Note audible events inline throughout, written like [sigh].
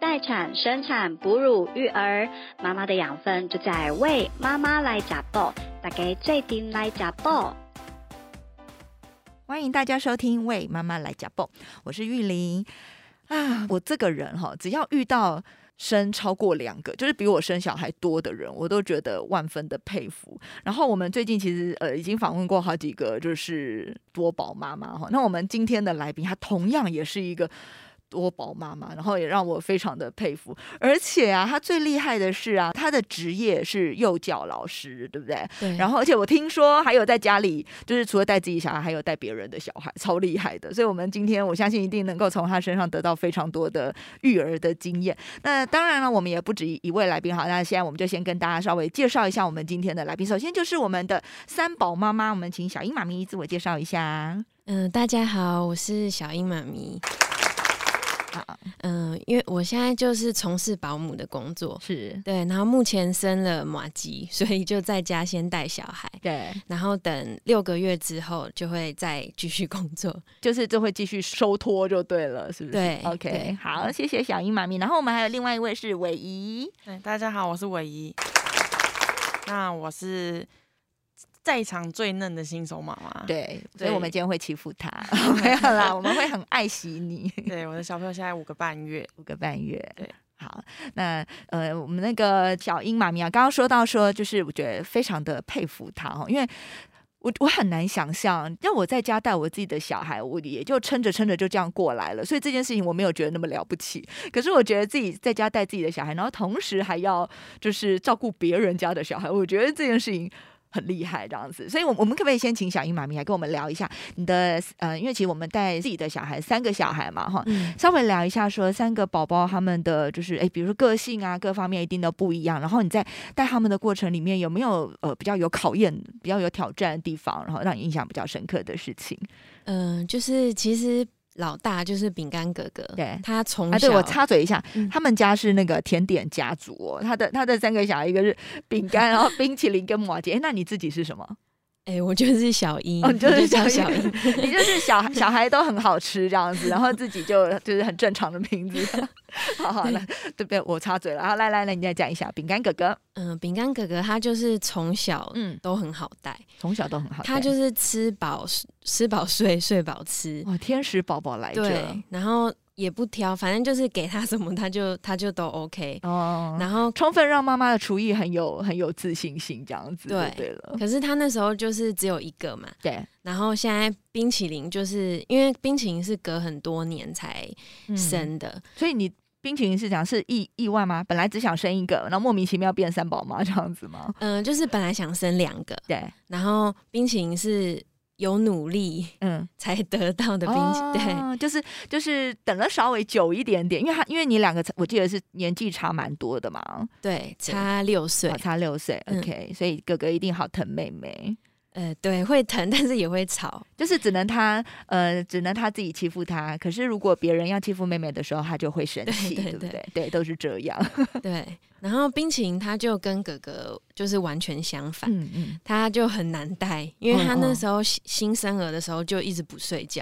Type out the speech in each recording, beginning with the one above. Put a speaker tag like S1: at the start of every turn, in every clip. S1: 待产、生产、哺乳、育儿，妈妈的养分就在为妈妈来加爆，大家最顶来加爆。
S2: 欢迎大家收听《为妈妈来加爆》，我是玉玲啊。我这个人哈，只要遇到生超过两个，就是比我生小孩多的人，我都觉得万分的佩服。然后我们最近其实呃已经访问过好几个就是多宝妈妈哈。那我们今天的来宾，她同样也是一个。多宝妈妈，然后也让我非常的佩服。而且啊，她最厉害的是啊，她的职业是幼教老师，对不对？
S3: 对
S2: 然后，而且我听说还有在家里，就是除了带自己小孩，还有带别人的小孩，超厉害的。所以，我们今天我相信一定能够从她身上得到非常多的育儿的经验。那当然了，我们也不止一位来宾好，那现在我们就先跟大家稍微介绍一下我们今天的来宾。首先就是我们的三宝妈妈，我们请小英妈咪自我介绍一下。
S3: 嗯、大家好，我是小英妈咪。
S2: 好，
S3: 嗯、因为我现在就是从事保姆的工作，
S2: 是
S3: 对，然后目前生了马吉，所以就在家先带小孩，
S2: 对，
S3: 然后等六个月之后就会再继续工
S2: [laughs]
S3: 作。
S2: 就是就会继续收托就对了，是不是？
S3: 对
S2: ，OK，
S3: 对
S2: 好，谢谢小英妈咪。然后我们还有另外一位是伟仪，
S4: 对，哎大家好，我是伟仪。那我是在场最嫩的新手妈妈。
S2: 对，所
S4: 对
S2: 以我们今天会欺负他， [laughs] 没有啦，我们会很爱惜你
S4: 对，我的小朋友现在五个半月。
S2: 五个半月。
S4: 对。
S2: 好，那呃，我们那个小英妈咪啊，刚刚说到说，就是我觉得非常的佩服她哦，因为我我很难想象，要我在家带我自己的小孩，我也就撑着撑着就这样过来了，所以这件事情我没有觉得那么了不起。可是我觉得自己在家带自己的小孩，然后同时还要就是照顾别人家的小孩，我觉得这件事情。很厉害这样子，所以，我我们可不可以先请小英妈咪来跟我们聊一下你的呃，因为其实我们带自己的小孩三个小孩嘛，哈，
S3: 嗯，
S2: 稍微聊一下，说三个宝宝他们的就是诶，比如说个性啊，各方面一定都不一样。然后你在带他们的过程里面，有没有呃比较有考验、比较有挑战的地方，然后让你印象比较深刻的事情？
S3: 嗯、就是其实老大就是饼干哥哥，
S2: 对
S3: 他从小、
S2: 啊，对我插嘴一下，
S3: 嗯
S2: 他们家是那个甜点家族、哦，他的他的三个小孩，一个是饼干，然后冰淇淋跟马吉。诶，那你自己是什么？
S3: 哎、我就是小
S2: [laughs]
S3: 英，
S2: 哦，你就是
S3: 我叫
S2: 小
S3: 小英。
S2: [laughs] 你就是小孩小孩都很好吃这样子，然后自己就就是很正常的名字。 [laughs] 好好了，对不对？我插嘴了。好，来来来，你再讲一下饼干哥哥。
S3: 嗯、饼干哥哥他就是从小
S2: 嗯，
S3: 都很好带，
S2: 从小都很好带，
S3: 他就是吃饱吃饱睡，睡饱吃。
S2: 哦天使宝宝来着
S3: 对，，然后也不挑，反正就是给他什么，他就他就都 OK。
S2: 哦，
S3: 然后，
S2: 充分让妈妈的厨艺很有很有自信心，这样子就
S3: 对
S2: 对了，
S3: 可是他那时候就是只有一个嘛，
S2: 对，
S3: 然后现在冰淇淋就是因为冰淇淋是隔很多年才
S2: 嗯，
S3: 生的，
S2: 所以你。冰淇淋是讲是意意外吗？本来只想生一个，然后莫名其妙变三宝妈这样子吗？
S3: 嗯、就是本来想生两个，
S2: 对，
S3: 然后冰淇淋是有努力
S2: 嗯，
S3: 才得到的冰淇对。
S2: 哦就是就是等了稍微久一点点，因为他因为你两个我记得是年纪差蛮多的嘛，
S3: 对，差六岁
S2: 哦，差六岁、
S3: 嗯
S2: o k 所以哥哥一定好疼妹妹，
S3: 呃，对，会疼，但是也会吵，
S2: 就是只能他呃，只能他自己欺负他。可是如果别人要欺负妹妹的时候，他就会生气，
S3: 对对
S2: 不对？对，都是这
S3: [laughs]
S2: 样。
S3: 对。然后冰淇淋他就跟哥哥就是完全相反，
S2: 嗯嗯，
S3: 他就很难带，因为他
S2: 嗯嗯
S3: 那时候新新生儿的时候就一直不睡觉，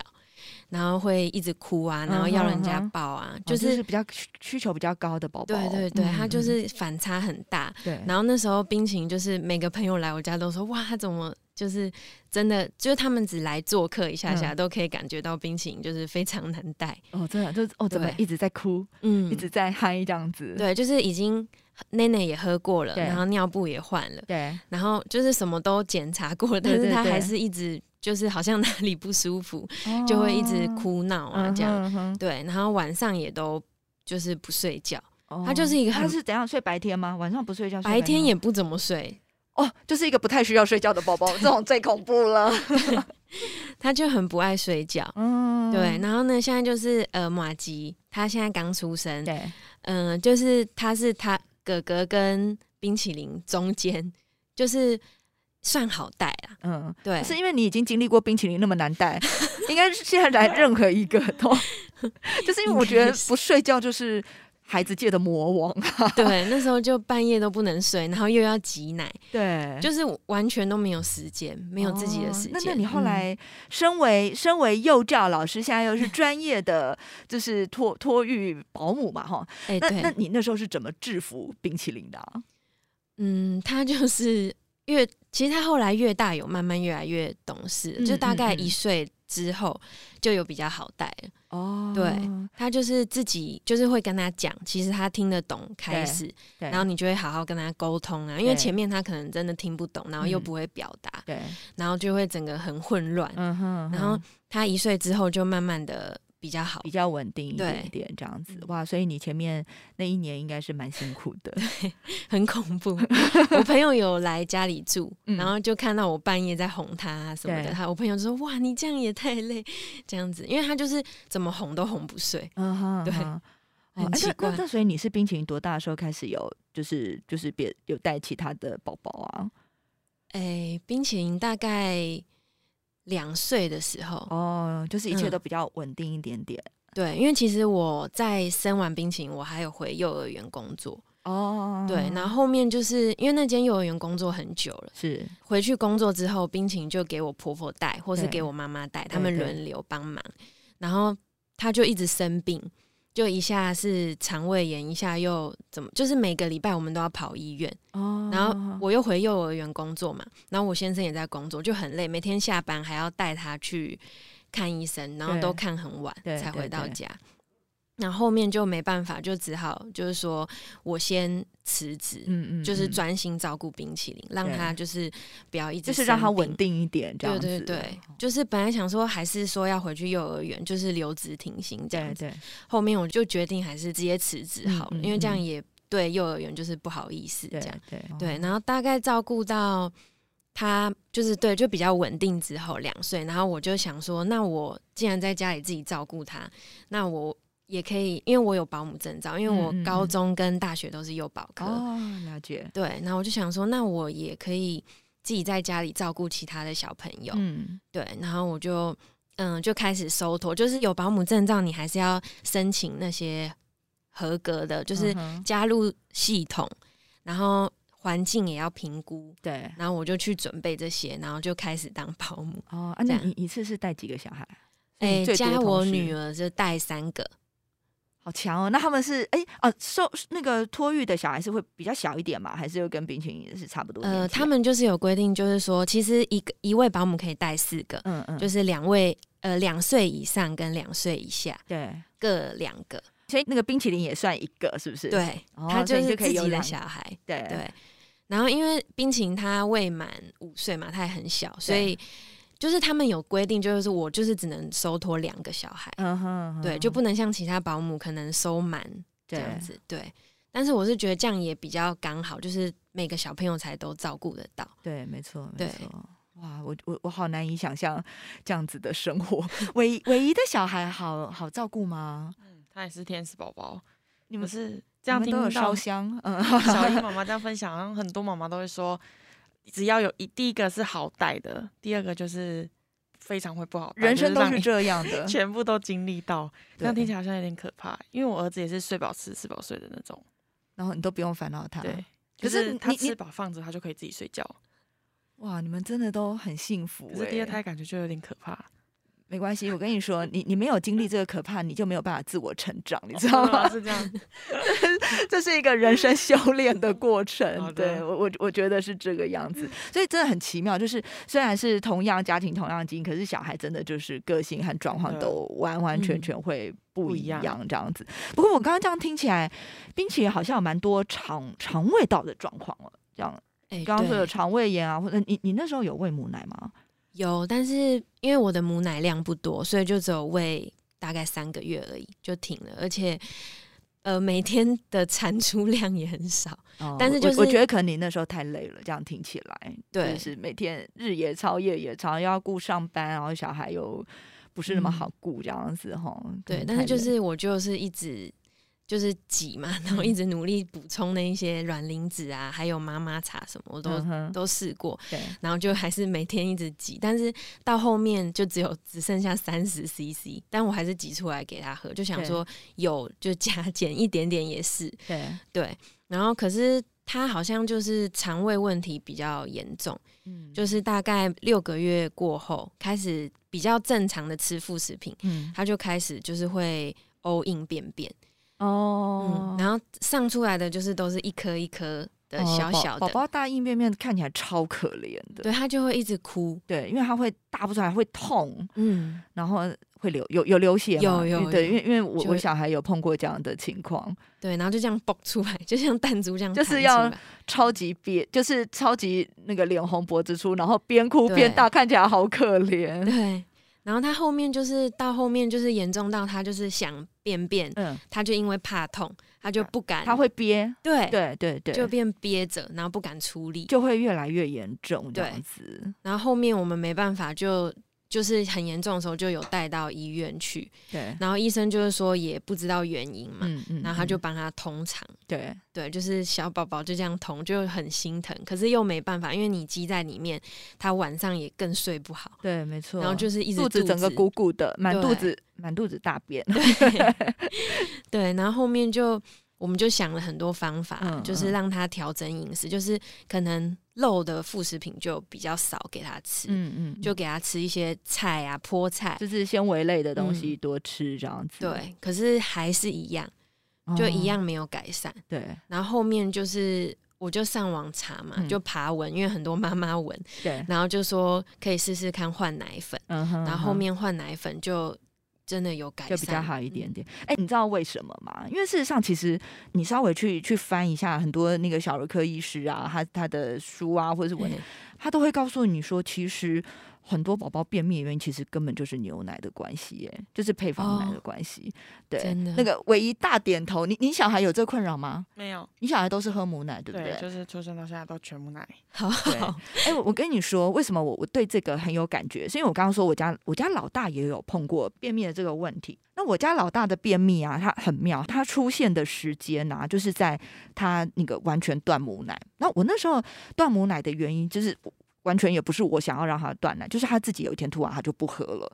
S3: 然后会一直哭
S2: 嗯
S3: 啊，然后要人家抱啊，
S2: 哦就、
S3: 就是是
S2: 比较需需求比较高的宝宝。
S3: 对对对，
S2: 嗯
S3: 他就是反差很大。
S2: 对。
S3: 然后那时候冰淇淋就是每个朋友来我家都说哇，他怎么就是真的就是他们只来做客一下下、
S2: 嗯
S3: 都可以感觉到冰淇淋就是非常难带，
S2: 哦，真的就是哦，怎么
S3: 对
S2: 一直在哭，
S3: 嗯
S2: 一直在嗨这样子？
S3: 对，就是已经奶奶也喝过了，
S2: 对
S3: 然后尿布也换了，
S2: 对
S3: 然后就是什么都检查过了，但
S2: 对对
S3: 是他
S2: 对
S3: 还是一直就是好像哪里不舒服，就会一直哭闹啊这样。
S2: 嗯哼
S3: 对，然后晚上也都就是不睡觉，
S2: 嗯哼
S3: 他就是一个
S2: 哦
S3: 很
S2: 他是怎样睡白天吗？晚上不睡觉，睡
S3: 白天
S2: 吗
S3: 也不怎么睡，
S2: [laughs] 哦，就是一个不太需要睡觉的宝宝，这种最恐怖
S3: [laughs]
S2: 了。
S3: 他就很不爱睡觉。
S2: 嗯，
S3: 对，然后呢，现在就是呃，马吉他现在刚出生，
S2: 对，
S3: 嗯、就是他是他哥哥跟冰淇淋中间，就是算好带啦。
S2: 嗯。
S3: 对，
S2: 是因为你已经经历过冰淇淋那么难带， [laughs]
S3: [laughs]
S2: 应该是现在来任何一个都，就是因为我觉得不睡觉就是孩子界的魔王，
S3: 对，那时候就半夜都不能睡，然后又要挤奶，
S2: 对哦
S3: 就是完全都没有时间，没有自己的时间。
S2: 那那你后
S3: 嗯
S2: 来身为、身为幼教老师，现在又是专业的就是托托育保姆嘛，哈，
S3: 哎、
S2: 那那
S3: 对，
S2: 你那时候是怎么制服冰淇淋的、啊？
S3: 嗯，他就是越，其实他后来越大，有慢慢越来越懂事，
S2: 嗯
S3: 就大概
S2: 嗯嗯
S3: 一岁之后就有比较好带了。
S2: 哦
S3: 他就是自己就是会跟他讲，其实他听得懂开始，
S2: 对
S3: 然后你就会好好跟他沟通啊，因为
S2: 对
S3: 前面他可能真的听不懂，然后又
S2: 嗯
S3: 不会表达，
S2: 对，
S3: 然后就会整个很混乱。
S2: 嗯哼
S3: 嗯然后他一岁之后就慢慢的比较好
S2: 比，较稳定一
S3: 对
S2: 点点这样子，
S3: 嗯
S2: 哇，所以你前面那一年应该是蛮辛苦的，
S3: 很恐
S2: [laughs]
S3: 怖。我朋友有来家里住，
S2: 嗯
S3: 然后就看到我半夜在哄他啊什么的，
S2: 对
S3: 他我朋友就说：“哇，你这样也太累，这样子，因为他就是怎么哄都哄不睡。
S2: 嗯哼，嗯
S3: 对
S2: 哼哦
S3: 很
S2: 哎
S3: 奇
S2: 那那
S3: 怪
S2: 那所以你是冰淇淋多大的时候开始有就是就是别有带其他的宝宝啊？”
S3: 哎，冰淇淋大概两岁的时候，
S2: 哦，就是一切
S3: 嗯
S2: 都比较稳定一点点。
S3: 对，因为其实我在生完冰淇淋，我还有回幼儿园工作。
S2: 哦，
S3: 对，然后后面就是因为那间幼儿园工作很久了，
S2: 是
S3: 回去工作之后，冰淇淋就给我婆婆带，或是
S2: 对
S3: 给我妈妈带，
S2: 对
S3: 他们
S2: 对
S3: 轮流帮忙。然后她就一直生病，就一下是肠胃炎，一下又怎么，就是每个礼拜我们都要跑医院。
S2: 哦，
S3: 然后我又回幼儿园工作嘛，然后我先生也在工作，就很累，每天下班还要带他去看医生，然后
S2: 对
S3: 都看很晚
S2: 对
S3: 才
S2: 对
S3: 回到
S2: 对
S3: 家。那后面就没办法，就只好就是说我先辞职，
S2: 嗯嗯，
S3: 就是
S2: 嗯
S3: 专心照顾冰淇淋，让
S2: 对
S3: 他就是不要一直
S2: 就是让它
S3: 生病
S2: 稳。定一点，这
S3: 对
S2: 样
S3: 对
S2: 子。哦
S3: 对，就是本来想说还是说要回去幼儿园，就是留职停薪这样
S2: 对
S3: 子。
S2: 对，
S3: 后面我就决定还是直接辞职好了，
S2: 嗯嗯
S3: 因为这样
S2: 嗯
S3: 也对幼儿园就是不好意思这
S2: 对
S3: 样。
S2: 对哦
S3: 对，，然后大概照顾到他就是对，就比较稳定之后两岁，然后我就想说，那我既然在家里自己照顾他，那我也可以，因为我有保姆证照，因为我
S2: 嗯嗯
S3: 高
S2: 嗯
S3: 中跟大学都是幼保科，
S2: 哦，了解。
S3: 对，然后我就想说，那我也可以自己在家里照顾其他的小朋友，
S2: 嗯，
S3: 对，然后我就嗯就开始收托，就是有保姆证照，你还是要申请那些合格的，就
S2: 就是
S3: 加入系统，然后环境也要评估，
S2: 对。
S3: 然后我就去准备这些，然后就开始当保
S2: [laughs]
S3: 姆。
S2: 哦，啊，那
S3: 这样
S2: 你一次是带几个小孩？
S3: 哎、加我女
S2: 儿，
S3: 儿就带三个，
S2: 好强哦！那他们是哎哦，收那个托育的小孩是会比较小一点嘛，还是又跟冰淇淋是差不多？
S3: 呃，他，们就是有规定，就是说，其实一个一位保姆可以带四个，
S2: 嗯嗯，
S3: 就是是两位呃两岁以上跟两岁以下
S2: 对，
S3: 各两个，
S2: 所以那个冰淇淋也算一个，是不是？，
S3: 对，
S2: 哦
S3: 他
S2: 所以
S3: 就
S2: 你
S3: 是
S2: 就可以
S3: 自
S2: 有
S3: 己的
S2: 两哎
S3: 小孩，
S2: 对
S3: 对。然后因为冰淇淋他未满五岁嘛，他还很小，所以就是他们有规定，就是我就是只能收托两个小孩，
S2: 嗯哼，
S3: 对，就不能像其他保姆可能收满这
S2: 这
S3: 样。子，对。但是我是觉得这样也比较刚好，就是每个小朋友才都照顾得到。
S2: 对，没错，没
S3: 对
S2: 错。哇，我我我好难以想象这样子的生活。 [laughs] 唯唯一的小孩好好照顾吗？
S4: 嗯，他也是天使宝宝。
S2: 你
S4: 可
S2: 们
S4: 是
S2: 你
S4: 这样
S2: 们
S4: 听
S2: 都有烧
S4: [laughs] 到
S2: 香？嗯，[laughs]
S4: 小英妈妈这样分享，好像很多妈妈都会说，只要有一第一个是好带的，第二个就是非常会不好带，
S2: 人
S4: 就是
S2: 生都
S4: 让
S2: 是
S4: [laughs] 你。
S2: 这样的
S4: 全部都经历到，这样
S2: 对
S4: 听起来好像有点可怕。因为我儿子也是睡饱吃吃饱睡的那种，
S2: 然后你都不用烦恼他。
S4: 对，。
S2: 啊可
S4: 就是是他
S2: 你你
S4: 吃饱放着，他就可以自己睡觉。
S2: 哇，你们真的都很幸福、
S4: 可是第
S2: 欸
S4: 二胎感觉就有点可怕，
S2: 没关系，我跟你说，你你没有经历这个可怕，你就没有办法自我成长，
S4: [laughs]
S2: 你知道吗？ [laughs]
S4: 是这样，
S2: 这是一个人生修炼
S4: [laughs]
S2: 的过
S4: 好
S2: 程，
S4: 的
S2: 对我我我觉得是这个样
S4: [laughs]
S2: 子，所以真的很奇妙。就是虽然是同样家庭、同样基因，可是小孩真的就是个性和状况
S4: 真的
S2: 都完完全
S3: 嗯
S2: 全会不
S4: 不
S2: 一
S4: 一样
S2: 样这样子。不过我刚刚这样听起来，冰淇淋好像有蛮多肠肠胃道的状况哦。这样，
S3: 哎、
S2: 刚刚说有
S3: 对
S2: 肠胃炎啊，或者你你那时候有喂母奶吗？
S3: 有，但是因为我的母奶量不多，所以就只有喂大概三个月而已就停了，而且呃每天的产出量也很少。
S2: 哦
S3: 但是
S2: 我
S3: 就
S2: 我我
S3: 是
S2: 觉得可能你那时候太累了，这样听起来，
S3: 对
S2: 就是每天日也超夜也超，又要顾上班，然后小孩又不是那么
S3: 嗯
S2: 好顾这样子哈、
S3: 对，
S2: 可能
S3: 但是
S2: 嗯太
S3: 就
S2: 累
S3: 是我就是一直就是挤嘛，然
S2: 嗯
S3: 后一直努力补充那一些软磷脂啊，还有妈妈茶什么，我都、
S2: 嗯哼
S3: 都试过，
S2: 对，
S3: 然后就还是每天一直挤，但是到后面就只有只剩下三十 CC，但我还是挤出来给他喝，就想
S2: 对
S3: 说有就加 [laughs] 减一点点也是
S2: 对，
S3: 对，然后可是他好像就是肠胃问题比较严重，
S2: 嗯，
S3: 就是大概六个月过后开始比较正常的吃副食品，
S2: 嗯
S3: 他就开始就是会。欧印便便，
S2: 哦
S3: 嗯，，然后上出来的就是都是一颗一颗的
S2: 哦
S3: 小
S2: 宝
S3: 小的，
S2: 宝宝大硬便便看起来超可怜的，
S3: 对他就会一直哭，
S2: 对，因为它会大不出来，会痛，
S3: 嗯，
S2: 然后会流有有流血吗，
S3: 有有
S2: 对，
S3: 有
S2: 因为因为我
S3: 就
S2: 我小孩有碰过这样的情况，
S3: 对，然后就这样爆出来，就像弹珠这样
S2: 就
S3: 弹
S2: 是
S3: 出来，
S2: 要超级憋，就是超级那个脸红脖子粗，然后边哭
S3: 对
S2: 边大，看起来好可怜。
S3: 对。然后他后面就是到后面就是严重到他就是想便便，
S2: 嗯，
S3: 他就因为怕痛，他就不敢，
S2: 他会憋，
S3: 对
S2: 对对对，
S3: 就
S2: 就
S3: 变憋着，然后不敢出力。
S2: 就会越来越严重这
S3: 对
S2: 样子。
S3: 然后后面我们没办法就，就是很严重的时候就有带到医院去，
S2: 对，
S3: 然后医生就是说也不知道原因嘛，
S2: 嗯嗯
S3: 然后他就
S2: 嗯
S3: 帮他通肠。
S2: 对
S3: 对，就是小宝宝就这样痛，就很心疼，可是又没办法，因为你积在里面，他晚上也更睡不好，
S2: 对，没错。
S3: 然后就是一直
S2: 肚子整个鼓鼓的，满肚
S3: 对
S2: 子满肚子大便。
S3: 对，然后后面就我们就想了很多方法，
S2: 嗯
S3: 就是让他调整饮食，就是可能肉的副食品就比较少给他吃，
S2: 嗯嗯，
S3: 就
S2: 就
S3: 给他吃一些菜啊、菠菜。
S2: 就是纤维类的东
S3: 嗯
S2: 西多吃这样子。
S3: 对，可是还是一样，就一样没有改善。
S2: 哦。对
S3: 然后后面就是我就上网查嘛，
S2: 嗯
S3: 就爬文，因为很多妈妈文，
S2: 对，
S3: 然后就说可以试试看换奶粉，
S2: 嗯哼。
S3: 然
S2: 嗯
S3: 后后
S2: 哼
S3: 面换奶粉就真的有改
S2: 就
S3: 善，嗯
S2: 比较好一点点。哎、你知道为什么吗？因为事实上，其实你稍微去去翻一下很多那个小儿科医师啊，他他的书啊，或者是文，他都会告诉你说，其实很多宝宝便秘的原因，其实根本就是牛奶的关系，哎，就是配方奶的
S3: 哦
S2: 关系。对，
S3: 真的
S2: 那个唯一大点头，你你小孩有这困扰吗？
S4: 没有，
S2: 你小孩都是喝母奶，对不
S4: 对，
S2: 对？
S4: 就是出生到现在都全部奶，
S3: 好
S2: 对
S3: 好，
S2: 哎、我我跟你说，为什么我我对这个很有感觉？是因为我刚刚说我家我家老大也有碰过便秘的这个问题。那我家老大的便秘啊，他很妙，他出现的时间啊，就是在他那个完全断母奶。那我那时候断母奶的原因就是。完全也不是我想要让他断奶，就是他自己有一天突然他就不喝了，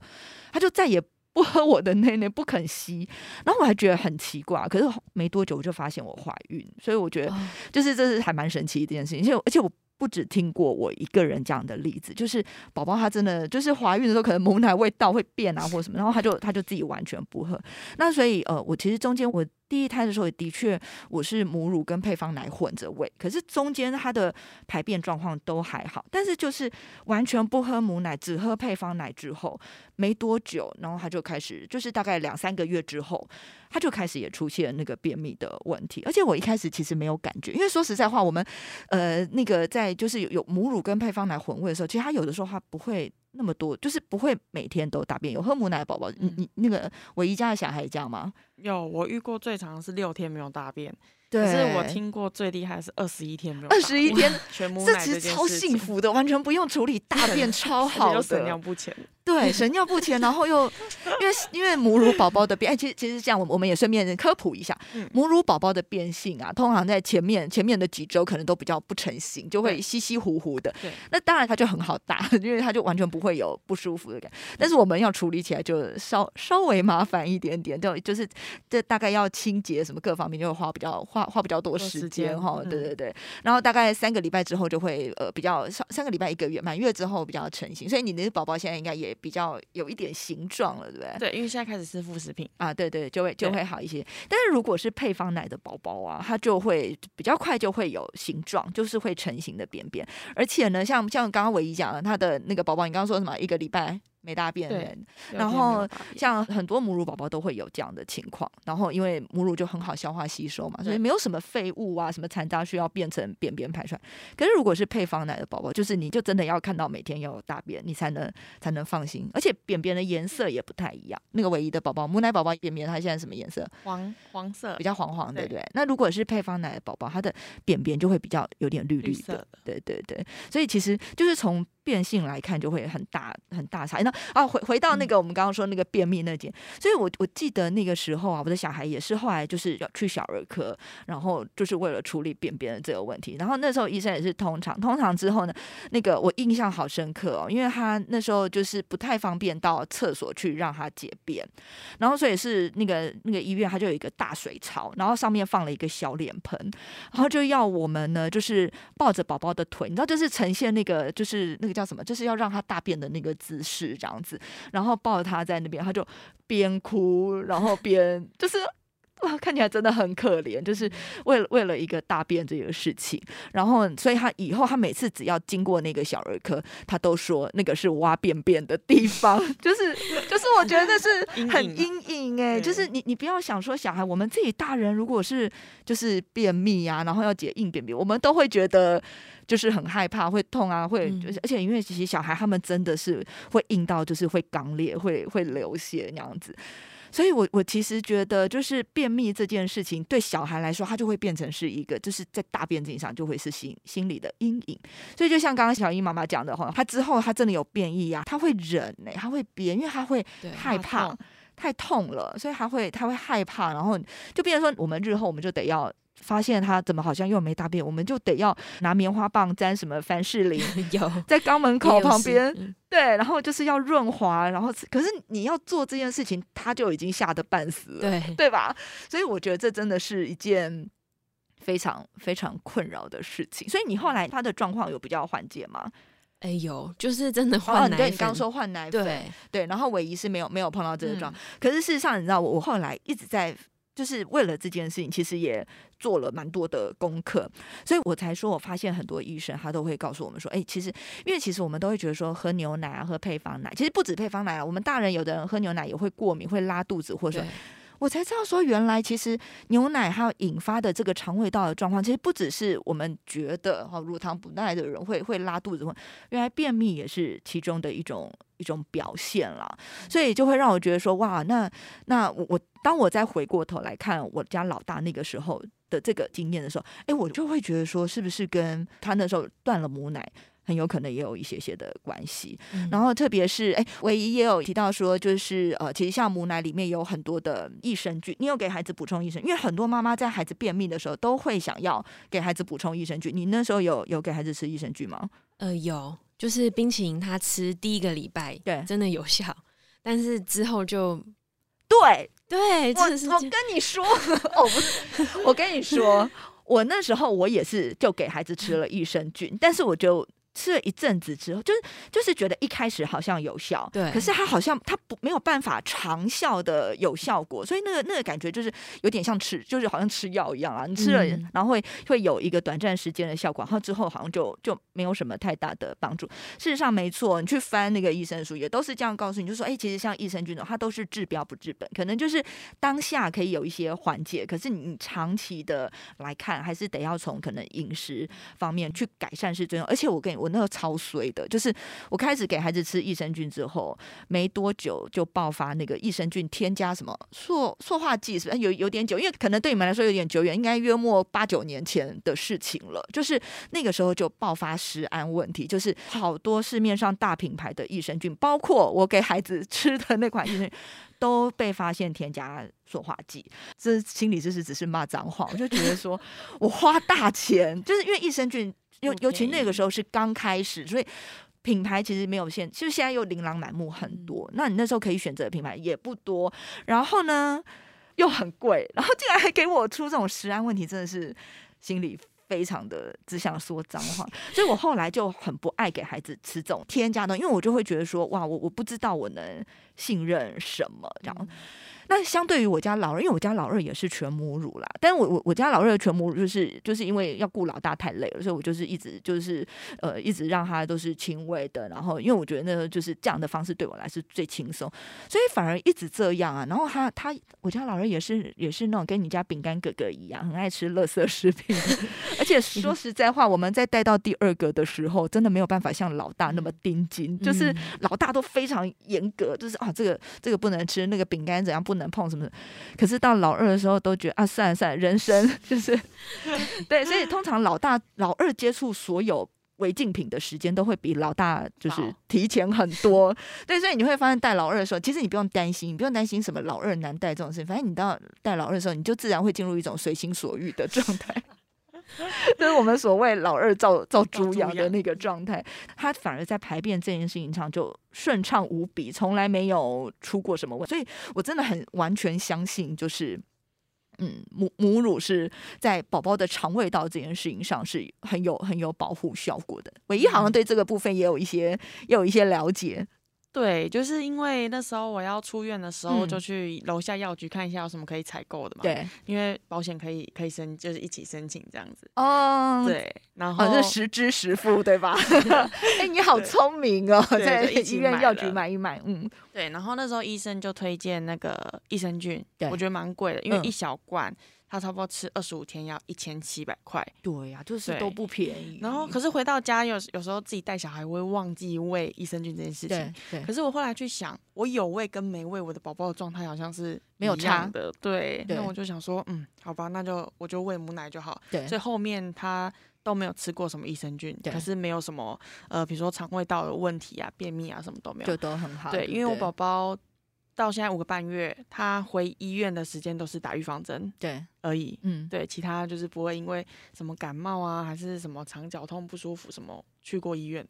S2: 他就再也不喝我的奶奶，不肯吸。然后我还觉得很奇怪，可是没多久我就发现我怀孕，所以我觉得
S3: 哦
S2: 就是这是还蛮神奇的一件事情，而且我而且我。不只听过我一个人这样的例子，就是宝宝他真的就是怀孕的时候，可能母奶味道会变啊，或什么，然后他就他就自己完全不喝。那所以呃，我其实中间我第一胎的时候，也的确我是母乳跟配方奶混着喂，可是中间他的排便状况都还好，但是就是完全不喝母奶，只喝配方奶之后，没多久，然后他就开始，就是大概两三个月之后，他就开始也出现那个便秘的问题。而且我一开始其实没有感觉，因为说实在话，我们呃那个在就是有有母乳跟配方奶混喂的时候，其实他有的时候他不会。那么多就是不会每天都大便，有喝母奶的宝宝，你你那个我姨家的小孩也这样吗？
S4: 有我遇过最长是六天没有大便，
S2: 对
S4: 可是我听过最厉害的是二十一天没有大
S2: 二
S4: 便，
S2: 十一天， [laughs]
S4: 全母
S2: 这
S4: 奶
S2: 其实
S4: 件
S2: 超
S4: 事
S2: 幸
S4: 情，
S2: 福的，完全不用处理大
S4: [laughs]
S2: 便，超好
S4: 而且
S2: 的，
S4: 又神尿
S2: [laughs]
S4: 不前，
S2: 对，神尿不全，然后
S4: [laughs]
S2: 又因为因为母乳宝宝的变，哎，其实其实这样，我们我们也顺便科普一下，
S4: 嗯
S2: 母乳宝宝的变性啊，通常在前面前面的几周可能都比较不成形，就会
S4: 对
S2: 稀稀糊糊的
S4: 对。
S2: 那当然它就很好打， [laughs] 因为它就完全不会有不舒服的感觉。但是我们要处理起来就稍稍微麻烦一点点，就就是这大概要清洁什么各方面就会花比较花花比较多
S4: 多
S2: 时
S4: 时
S2: 间
S4: 间
S2: 哈，
S4: 嗯
S2: 对对对。然后大概三个礼拜之后就会呃比较三三个礼拜一个月满月之后比较成型，所以你的宝宝现在应该也比较有一点形状了，对不对？
S4: 对，因为现在开始吃副食品，
S2: 啊，对对，就会就
S4: 对
S2: 会好一些。但是如果是配方奶的宝宝啊，它就会比较快就会有形状，就是会成型的便便。而且呢，像像刚刚唯一讲的，他的那个宝宝，你刚刚说什么一个礼拜没大便
S4: 对
S2: 人，然
S4: 六天没有
S2: 后
S4: 大便
S2: 像很多母乳宝宝都会有这样的情况，然后因为母乳就很好消化吸收嘛，所以
S4: 对
S2: 没有什么废物啊、什么残渣需要变成便便排出来。可是如果是配方奶的宝宝，就是你就真的要看到每天要有大便，你才能才能放心。而且便便的颜色也不太一样，那个唯一的宝宝母奶宝宝便便它现在什么颜色？
S4: 黄黄色
S2: 比较黄黄的，对
S4: 对
S2: 不对？那如果是配方奶的宝宝，它的便便就会比较有点绿
S4: 绿
S2: 绿
S4: 色
S2: 的
S4: 的，
S2: 对对对。所以其实就是从变性来看，就会很大很大差。那啊，回回到那个我们刚刚说那个便秘那件，所以我我记得那个时候啊，我的小孩也是后来就是要去小儿科，然后就是为了处理便便的这个问题。然后那时候医生也是通常通常之后呢，那个我印象好深刻哦，因为他那时候就是不太方便到厕所去让他解便，然后所以是那个那个医院它就有一个大水槽，然后上面放了一个小脸盆，然后就要我们呢就是抱着宝宝的腿，你知道就是呈现那个就是那个叫什么，就是要让他大便的那个姿势这样子，然后抱着他在那边，他就边哭然后边
S4: [laughs]
S2: 就是。哇，看起来真的很可怜，就是为了为了一个大便这个事情，然后所以他以后他每次只要经过那个小儿科，他都说那个是挖便便的地方， [laughs] 就是就是我觉得那是
S4: 阴
S2: 很
S4: 影啊
S2: 阴影哎、
S4: 对
S2: 就是你你不要想说小孩，我们自己大人如果是就是便秘啊，然后要解硬便秘，我们都会觉得就是很害怕，会痛啊，会
S3: 嗯
S2: 就是而且因为其实小孩他们真的是会硬到就是会肛裂，会会流血那样子。所以我，我其实觉得，就是便秘这件事情，对小孩来说，他就会变成是一个，就是在大便这上就会是心心理的阴影。所以，就像刚刚小英妈妈讲的哈，她之后她真的有变异啊，她会忍呢、她会憋，因为她会
S3: 对
S2: 害
S4: 怕
S2: [laughs] 怕
S4: 痛，
S2: 太痛了，所以她会她会害怕，然后就变成说，我们日后我们就得要。发现她怎么好像又没大便，我们就得要拿棉花棒沾什么凡士林，
S3: 有 [laughs]
S2: 在肛门口
S3: 也有
S2: 旁
S3: 是
S2: 边 [laughs]
S3: 嗯
S2: 对，然后就是要润滑，然后是可是你要做这件事情，他就已经吓得半死了，
S3: 对
S2: 吧？所以我觉得这真的是一件非常非常困扰的事情。所以你后来他的状况有比较缓解吗？
S3: 哎有，就是真的
S2: 哦，
S3: 换
S2: 你
S3: 奶
S2: 对
S3: 粉，
S2: 你刚说换奶粉，
S3: 对
S2: 对然后唯一是没有没有碰到这个状
S3: 嗯
S2: 可是事实上，你知道我我后来一直在。就是为了这件事情，其实也做了蛮多的功课，所以我才说，我发现很多医生他都会告诉我们说，哎、其实因为其实我们都会觉得说，喝牛奶啊，喝配方奶，其实不止配方奶啊，我们大人有的人喝牛奶也会过敏，会拉肚子或者什么
S3: 对
S2: 我才知道说，原来其实牛奶还有引发的这个肠胃道的状况，其实不只是我们觉得哈、乳糖不耐的人会会拉肚子，会原来便秘也是其中的一种一种表现啦。所以就会让我觉得说，哇，那那我我当我再回过头来看我家老大那个时候的这个经验的时候，哎，我就会觉得说，是不是跟他那时候断了母奶？很有可能也有一些些的关系，
S3: 嗯
S2: 然后特别是哎，唯一也有提到说，就是呃，其实像母奶里面有很多的益生菌，你有给孩子补充益生，因为很多妈妈在孩子便秘的时候都会想要给孩子补充益生菌。你那时候有有给孩子吃益生菌吗？
S3: 呃有，就是冰淇淋它吃第一个礼拜
S2: 对
S3: 真的有效， [laughs] 但是之后就
S2: 对，
S3: 对
S2: 我
S3: 真的是
S2: 我
S3: 这
S2: 跟你
S3: [laughs]
S2: 说，哦，不是，我跟你说，我那时候我也是就给孩子吃了益生菌，但是我就。吃了一阵子之后，就是就是觉得一开始好像有效，
S3: 对
S2: 可是它好像它不没有办法长效的有效果，所以那个那个感觉就是有点像吃，就是好像吃药一样啊，你吃了、
S3: 嗯
S2: 然后会会有一个短暂时间的效果，然后之后好像就就没有什么太大的帮助。事实上没错，你去翻那个益生书也都是这样告诉你，就说哎、其实像益生菌种，它都是治标不治本，可能就是当下可以有一些缓解，可是你长期的来看，还是得要从可能饮食方面去改善是最重要。而且我跟你，我那个超衰的，就是我开始给孩子吃益生菌之后，没多久就爆发那个益生菌添加什么塑塑化剂，是不是有有点久？因为可能对你们来说有点久远，应该约莫八九年前的事情了。就是那个时候就爆发食安问题，就是好多市面上大品牌的益生菌，包括我给孩子吃的那款益生菌，都被发现添加塑化剂。这心理就是只是骂脏话，我就觉得说我花大钱，就是因为益生菌，尤
S3: 不
S2: 尤其
S3: 便宜
S2: 那个时候是刚开始，所以。品牌其实没有限，就是现在又琳琅满目很多。那你那时候可以选择的品牌也不多，然后呢又很贵，然后竟然还给我出这种食安问题，真的是心里非常的只想说脏话。所以我后来就很不爱给孩子吃这种添加的，因为我就会觉得说，哇，我我不知道我能信任什么这样。那相对于我家老二，因为我家老二也是全母乳啦，但我我我家老二的全母乳就是就是因为要顾老大太累了，所以我就是一直就是呃一直让他都是亲喂的，然后因为我觉得那个就是这样的方式对我来是最轻松，所以反而一直这样啊。然后他他我家老二也是也是那种跟你家饼干哥哥一样，很爱吃垃圾食品， [laughs] 而且说实在话，我们在带到第二个的时候，真的没有办法像老大那么盯紧，就是
S3: 嗯
S2: 老大都非常严格，就是啊，这个这个不能吃，那个饼干怎样不能碰什么的。可是到老二的时候，都觉得啊， [laughs] 算了算了，人生就是对，所以通常老大老二接触所有违禁品的时间都会比老大就是
S4: 早
S2: 提前很多。对，所以你会发现带老二的时候，其实你不用担心，你不用担心什么老二难带这种事情，反正你到带老二的时候，你就自然会进入一种随心所欲的状 [laughs] 态。就是我们所谓老二造造猪
S4: 猪
S2: 羊嗯的
S4: 羊
S2: 那个状态，他反而在排便这件事情上就顺畅无比，从来没有出过什么问题。所以我真的很完全相信，就是嗯，母母乳是在宝宝的肠胃道这件事情上是很有很有保护效果的。唯一好像对这个部分也有一些也有一些了解，
S4: 对，就是因为那时候我要出院的时候，
S2: 嗯
S4: 就去楼下药局看一下有什么可以采购的嘛。，
S2: 对，
S4: 因为保险可以可以申，就是一起申请这样子。
S2: 哦，。
S4: 对，然后、
S2: 哦，这实支实付，对
S4: [laughs]
S2: 吧？ [laughs] 哎、你好聪明哦，
S4: 对
S2: 在
S4: 就一
S2: 医
S4: 起
S2: 院
S4: 买
S2: 药局
S4: 了
S2: 买一买，嗯，
S4: 对，然后那时候医生就推荐那个益生菌
S2: 对，
S4: 我觉得蛮贵的，因为
S2: 嗯
S4: 一小罐它差不多吃二十五天要一千七百块。
S2: 对呀、就是
S4: 对
S2: 都不便宜。
S4: 然后可是回到家有有时候自己带小孩，我会忘记喂益生菌这件事
S2: 对
S4: 情。
S2: 对
S4: 可是我后来去想，我有喂跟没喂，我的宝宝的状态好像是
S2: 没有
S4: 一样
S2: 差
S4: 的。对，
S2: 对
S4: 那我就想说，嗯，好吧，那就我就喂母奶就好。
S2: 对
S4: 所以后面他都没有吃过什么益生菌，
S2: 对
S4: 可是没有什么呃，比如说肠胃道的问题啊、便秘啊，什么都没有
S2: 就。都很好。
S4: 对，因为我
S2: 不
S4: 宝宝到现在五个半月，他回医院的时间都是打预防针
S2: 对，
S4: 而已。
S2: 嗯，
S4: 对，其他就是不会因为什么感冒啊，还是什么肠绞痛不舒服什么去过医院。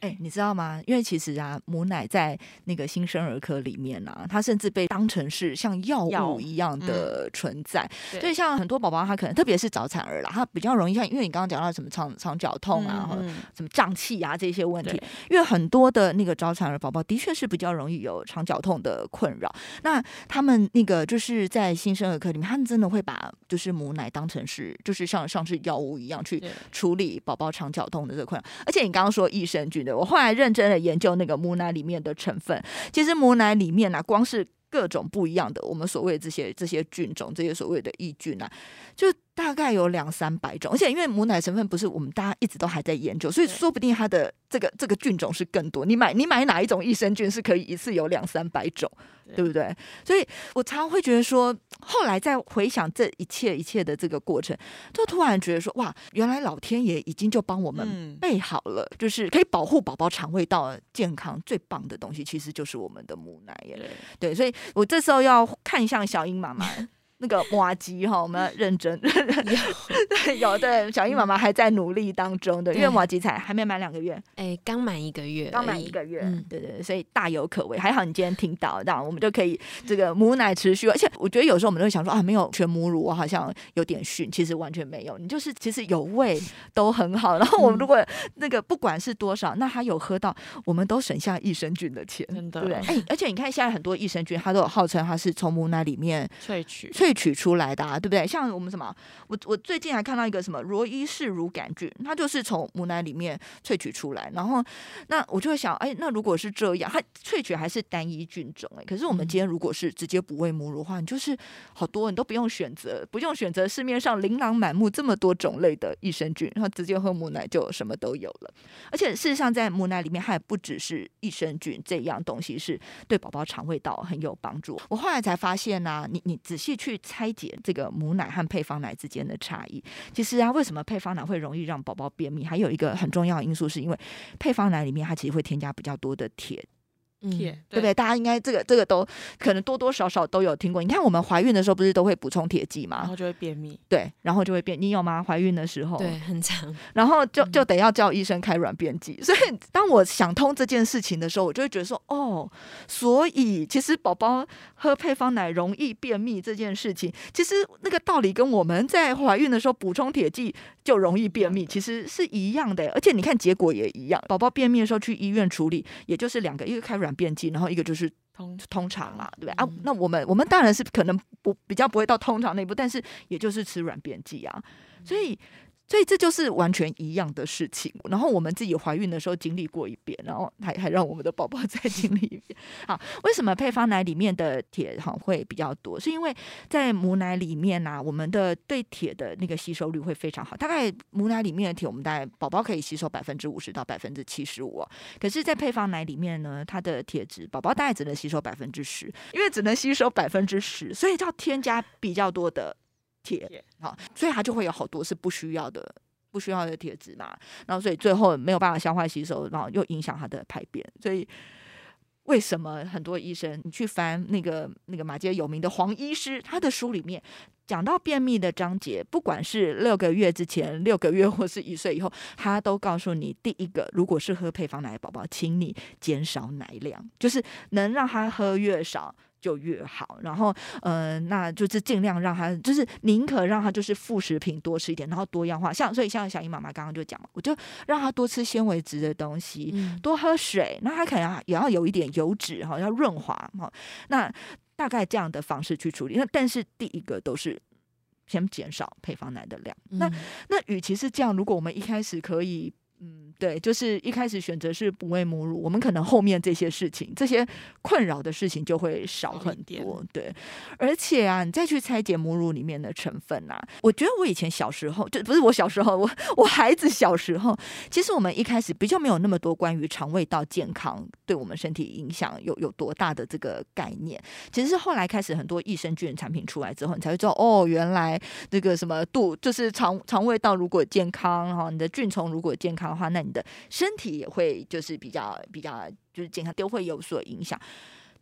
S2: 哎、你知道吗？因为其实啊，母奶在那个新生儿科里面啊，它甚至被当成是像药
S4: 药嗯
S2: 物一样的存在。
S4: 对
S2: 所以像很多宝宝，他可能特别是早产儿啦，他比较容易像，因为你刚刚讲到什么肠肠绞痛啊，或
S4: 嗯嗯
S2: 什么胀气啊这些问题
S4: 对，
S2: 因为很多的那个早产儿宝宝的确是比较容易有肠绞痛的困扰。那他们那个就是在新生儿科里面，他们真的会把就是母奶当成是就是像像是药物一样去
S4: 对
S2: 处理宝宝肠绞痛的这个困扰。而且你刚刚说益生菌的，我后来认真的研究那个母奶里面的成分，其实母奶里面呢、啊，光是各种不一样的我们所谓的这些这些菌种，这些所谓的益菌啊，就大概有两三百种，而且因为母奶成分不是我们大家一直都还在研究，所以
S4: 对
S2: 说不定它的这个这个菌种是更多。你买你买哪一种益生菌是可以一次有两三百种，
S4: 对
S2: 对不对？所以我常常会觉得说，后来再回想这一切一切的这个过程，就突然觉得说，哇，原来老天爷已经就帮我们
S4: 嗯，
S2: 备好了，就是可以保护宝宝肠胃道健康最棒的东西，其实就是我们的母奶耶。
S4: 对
S2: 对，所以我这时候要看向小英妈妈那个挖机哈，我们要认真。 [laughs] 对，有对，小英妈妈还在努力当中的，因为
S3: 对
S2: 瓦吉才还没满两个月，
S3: 哎，刚满一个月而已，
S2: 刚满一个月，
S3: 嗯
S2: 对对对，所以大有可为。还好你今天听到，那我们就可以这个母奶持续。而且我觉得有时候我们都会想说啊，没有全母乳，我好像有点逊，其实完全没有，你就是其实有喂都很好。然后我们 [laughs] 如果那个不管是多少，那他有喝到，我们都省下益生菌的 [laughs] 钱，
S4: 真的
S2: 对不对？哎，而且你看现在很多益生菌，它都有号称它是从母奶里面
S4: 萃取
S2: 萃取出来的、啊，对不对？像我们什么，我我最近还看到一个什么罗伊氏乳杆菌，它就是从母奶里面萃取出来。然后，那我就会想，哎，那如果是这样，它萃取还是单一菌种、哎，可是我们
S3: 嗯
S2: 今天如果是直接不喂母乳的话，你就是好多，你都不用选择，不用选择市面上琳琅满目这么多种类的益生菌，然后直接喝母奶就什么都有了。而且事实上，在母奶里面，它也不只是益生菌这样东西是对宝宝肠胃道很有帮助。我后来才发现呢、啊你你仔细去拆解这个母奶和配方奶之间的差异，其实啊，为什么配方奶会容易让宝宝便秘？还有一个很重要的因素，是因为配方奶里面它其实会添加比较多的铁
S4: 铁，
S3: 嗯，
S2: 对不对？大家应该这个这个都可能多多少少都有听过。你看我们怀孕的时候不是都会补充铁剂
S4: 然
S2: 吗？
S4: 后就会便秘。
S2: 对，然后就会变。你有吗？怀孕的时候，
S3: 对，很长，
S2: 然后就就得要叫医生开软便剂。 [laughs] 所以当我想通这件事情的时候，我就会觉得说，哦，所以其实宝宝喝配方奶容易便秘这件事情，其实那个道理跟我们在怀孕的时候补充铁剂就容易便秘，其实是一样的。而且你看结果也一样，宝宝便秘的时候去医院处理，也就是两个，一个开软便剂，然后一个就是
S4: 通
S2: [laughs] 通常嘛，对不对、啊
S3: 嗯？
S2: 那我们我们当然是可能不比较不会到通常那一步，但是也就是吃软便剂啊，
S3: 嗯
S2: 所以。所以这就是完全一样的事情。然后我们自己怀孕的时候经历过一遍，然后还还让我们的宝宝再经历一遍。 [laughs] 好，为什么配方奶里面的铁哈会比较多？是因为在母奶里面呐、我们的对铁的那个吸收率会非常好。大概母奶里面的铁，我们大概宝宝可以吸收百分之五十到百分之七十五哦。可是，在配方奶里面呢，它的铁质宝宝大概只能吸收百分之十，因为只能吸收百分之十，所以要添加比较多的铁
S4: 铁。
S2: 好，所以它就会有好多是不需要的不需要的铁质嘛，然后所以最后没有办法消化吸收，然后又影响它的排便，所以。为什么很多医生，你去翻那个那个马街有名的黄医师，他的书里面讲到便秘的章节，不管是六个月之前、六个月或是一岁以后，他都告诉你，第一个，如果是喝配方奶的宝宝，请你减少奶量，就是能让他喝越少。就越好，然后呃，那就是尽量让他，就是宁可让他就是副食品多吃一点，然后多样化。像所以像小英妈妈刚刚就讲嘛，我就让他多吃纤维质的东西，
S3: 嗯，
S2: 多喝水，那它可能也要有一点油脂哈，要润滑哈。那大概这样的方式去处理。那但是第一个都是先减少配方奶的量。那
S3: 嗯
S2: 那与其是这样，如果我们一开始可以。嗯，对，就是一开始选择是不喂母乳，我们可能后面这些事情、这些困扰的事情就会少
S4: 少一
S2: 很
S4: 点
S2: 多。对，而且啊，你再去拆解母乳里面的成分啊，我觉得我以前小时候，就不是我小时候，我我孩子小时候，其实我们一开始比较没有那么多关于肠胃道健康对我们身体影响有有多大的这个概念。其实是后来开始很多益生菌产品出来之后，你才会知道哦，原来那个什么肚就是肠肠胃道如果健康，然后你的菌虫如果健康的话，那你的身体也会就是比较比较就是健康都会有所影响。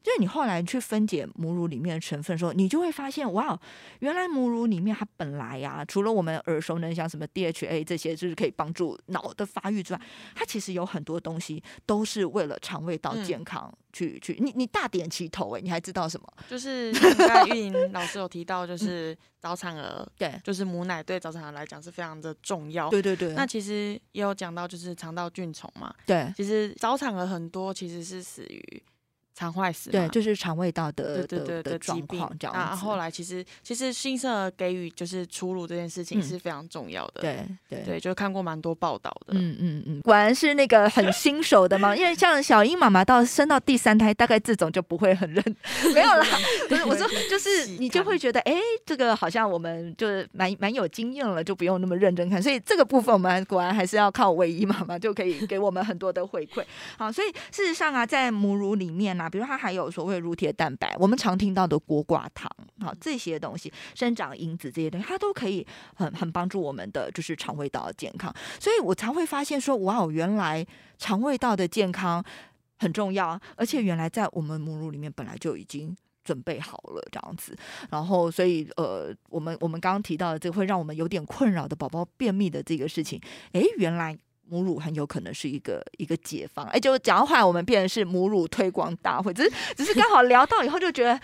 S2: 就是你后来去分解母乳里面的成分的时候，你就会发现，哇，哦原来母乳里面它本来呀、除了我们耳熟能详什么 DHA 这些，就是可以帮助脑的发育之外，它其实有很多东西都是为了肠胃道
S4: 嗯
S2: 健康去、去。你你大点其头诶、欸你还知道什么？
S4: 就是像刚才玉莹老师有提
S2: 嗯
S4: 到，就是早产儿，
S2: 对
S4: 就是母奶对早产儿来讲是非常的重要。
S2: 对对对，
S4: 那其实也有讲到，就是肠道菌虫嘛，
S2: 对
S4: 其实早产儿很多其实是死于肠坏死嘛，
S2: 对，就是肠胃道的
S4: 对对对
S2: 的的
S4: 的疾
S2: 状
S4: 病
S2: 况这样子。
S4: 那后来其实其实新生儿给予就是初乳这件事情
S2: 嗯
S4: 是非常重要的，
S2: 对对
S4: 对，就看过蛮多报道的，
S2: 嗯嗯嗯，果然是那个很新手的嘛，因为像小英妈妈到生到第三胎，大概这种就不会很认， [laughs] 没有啦，不是我说就是你就会觉得，哎、这个好像我们就是蛮蛮有经验了，就不用那么认真看，所以这个部分我们果然还是要靠唯一妈妈就可以给我们很多的回馈。好，所以事实上啊，在母乳里面啊，比如它还有所谓乳铁蛋白，我们常听到的锅挂糖，好这些东西，生长因子这些东西，它都可以很很帮助我们的就是肠胃道的健康。所以我才会发现说，哇哦，原来肠胃道的健康很重要，啊而且原来在我们母乳里面本来就已经。准备好了这样子，然后所以呃，我们我们刚刚提到的这个会让我们有点困扰的宝宝便秘的这个事情，诶，原来母乳很有可能是一个一个解放，诶，就讲到后来我们变成是母乳推广大会，只是只是刚好聊到以后就觉得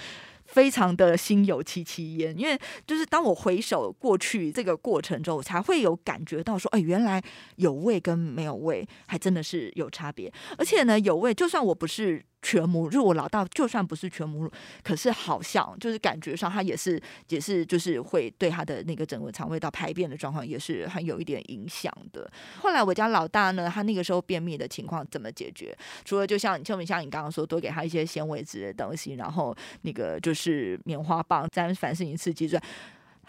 S2: 非常的心有戚戚焉，因为就是当我回首过去这个过程中，我才会有感觉到说，哎，原来有味跟没有味还真的是有差别。而且呢，有味，就算我不是全母乳，就是我老大就算不是全母乳，可是好像就是感觉上它也是也是就是会对它的那个整个肠胃道排便的状况也是很有一点影响的。后来我家老大呢，他那个时候便秘的情况怎么解决？除了就像就像你刚刚说，多给他一些纤维质的东西，然后那个就是棉花棒沾凡士林刺激之外。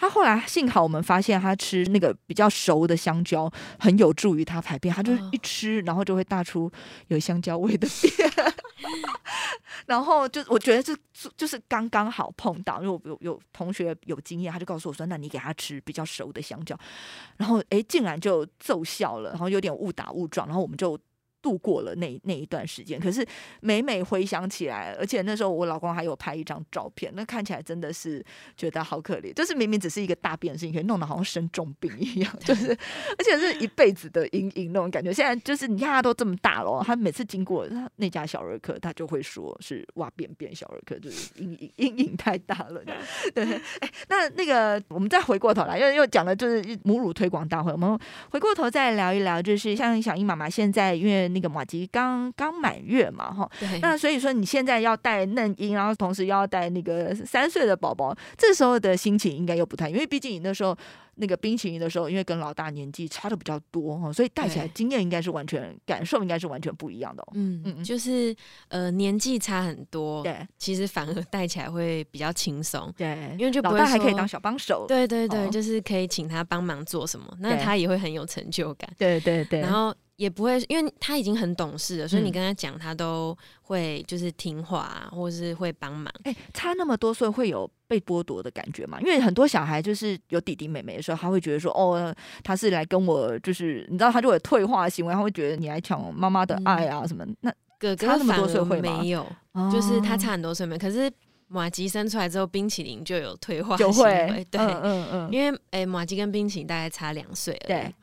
S2: 他后来幸好我们发现他吃那个比较熟的香蕉很有助于他排便，他就是
S3: 哦
S2: 一吃然后就会大出有香蕉味的便， [laughs] 然后就我觉得这就是刚刚好碰到，因为我有有同学有经验，他就告诉我说，那你给他吃比较熟的香蕉，然后诶，竟然就奏效了，然后有点误打误撞，然后我们就度过了那那一段时间。可是每每回想起来，而且那时候我老公还有拍一张照片，那看起来真的是觉得好可怜，就是明明只是一个大便的事情，可以弄得好像生重病一样， [laughs] 就是而且是一辈子的阴影那种感觉。现在就是你看他都这么大了，他每次经过他那家小儿科，他就会说是哇便便小儿科，就是阴影阴影太大了。 [laughs] 对，哎，那那个我们再回过头来，又又讲了就是母乳推广大会，我们回过头再聊一聊，就是像小英妈妈现在因为那个马吉刚刚满月嘛，哈，
S3: 对，
S2: 那所以说你现在要带嫩婴，然后同时又要带那个三岁的宝宝，这时候的心情应该又不太，因为毕竟你那时候那个冰淇淋的时候，因为跟老大年纪差的比较多哈，所以带起来
S3: 对
S2: 经验应该是完全感受应该是完全不一样的、哦。嗯嗯
S3: 嗯，就是呃年纪差很多，
S2: 对
S3: 其实反而带起来会比较轻松。
S2: 对，
S3: 因为就不
S2: 老
S3: 会
S2: 大还可以
S3: 说
S2: 当小帮手。
S3: 对对对，
S2: 哦
S3: 就是可以请他帮忙做什么，那
S2: 对
S3: 他也会很有成就感。
S2: 对对对，
S3: 然后也不会，因为他已经很懂事了，所以你
S2: 嗯
S3: 跟他讲，他都会就是听话、啊，或是会帮忙。
S2: 哎、差那么多岁会有被剥夺的感觉吗？因为很多小孩就是有弟弟妹妹的时候，他会觉得说，哦，他是来跟我，就是你知道，他就有退化的行为，他会觉得你来抢我妈妈的爱啊什么。那、
S3: 哥
S2: 差
S3: 哥
S2: 那么
S3: 反
S2: 多岁
S3: 而
S2: 会吗
S3: 没有，
S2: 哦
S3: 就是他差很多岁没有。可是马吉生出来之后，冰淇淋就有退化
S2: 就
S3: 行
S2: 会
S3: 为，对，
S2: 嗯嗯嗯，
S3: 因为诶、马吉跟冰淇淋大概差两岁而已
S2: 对，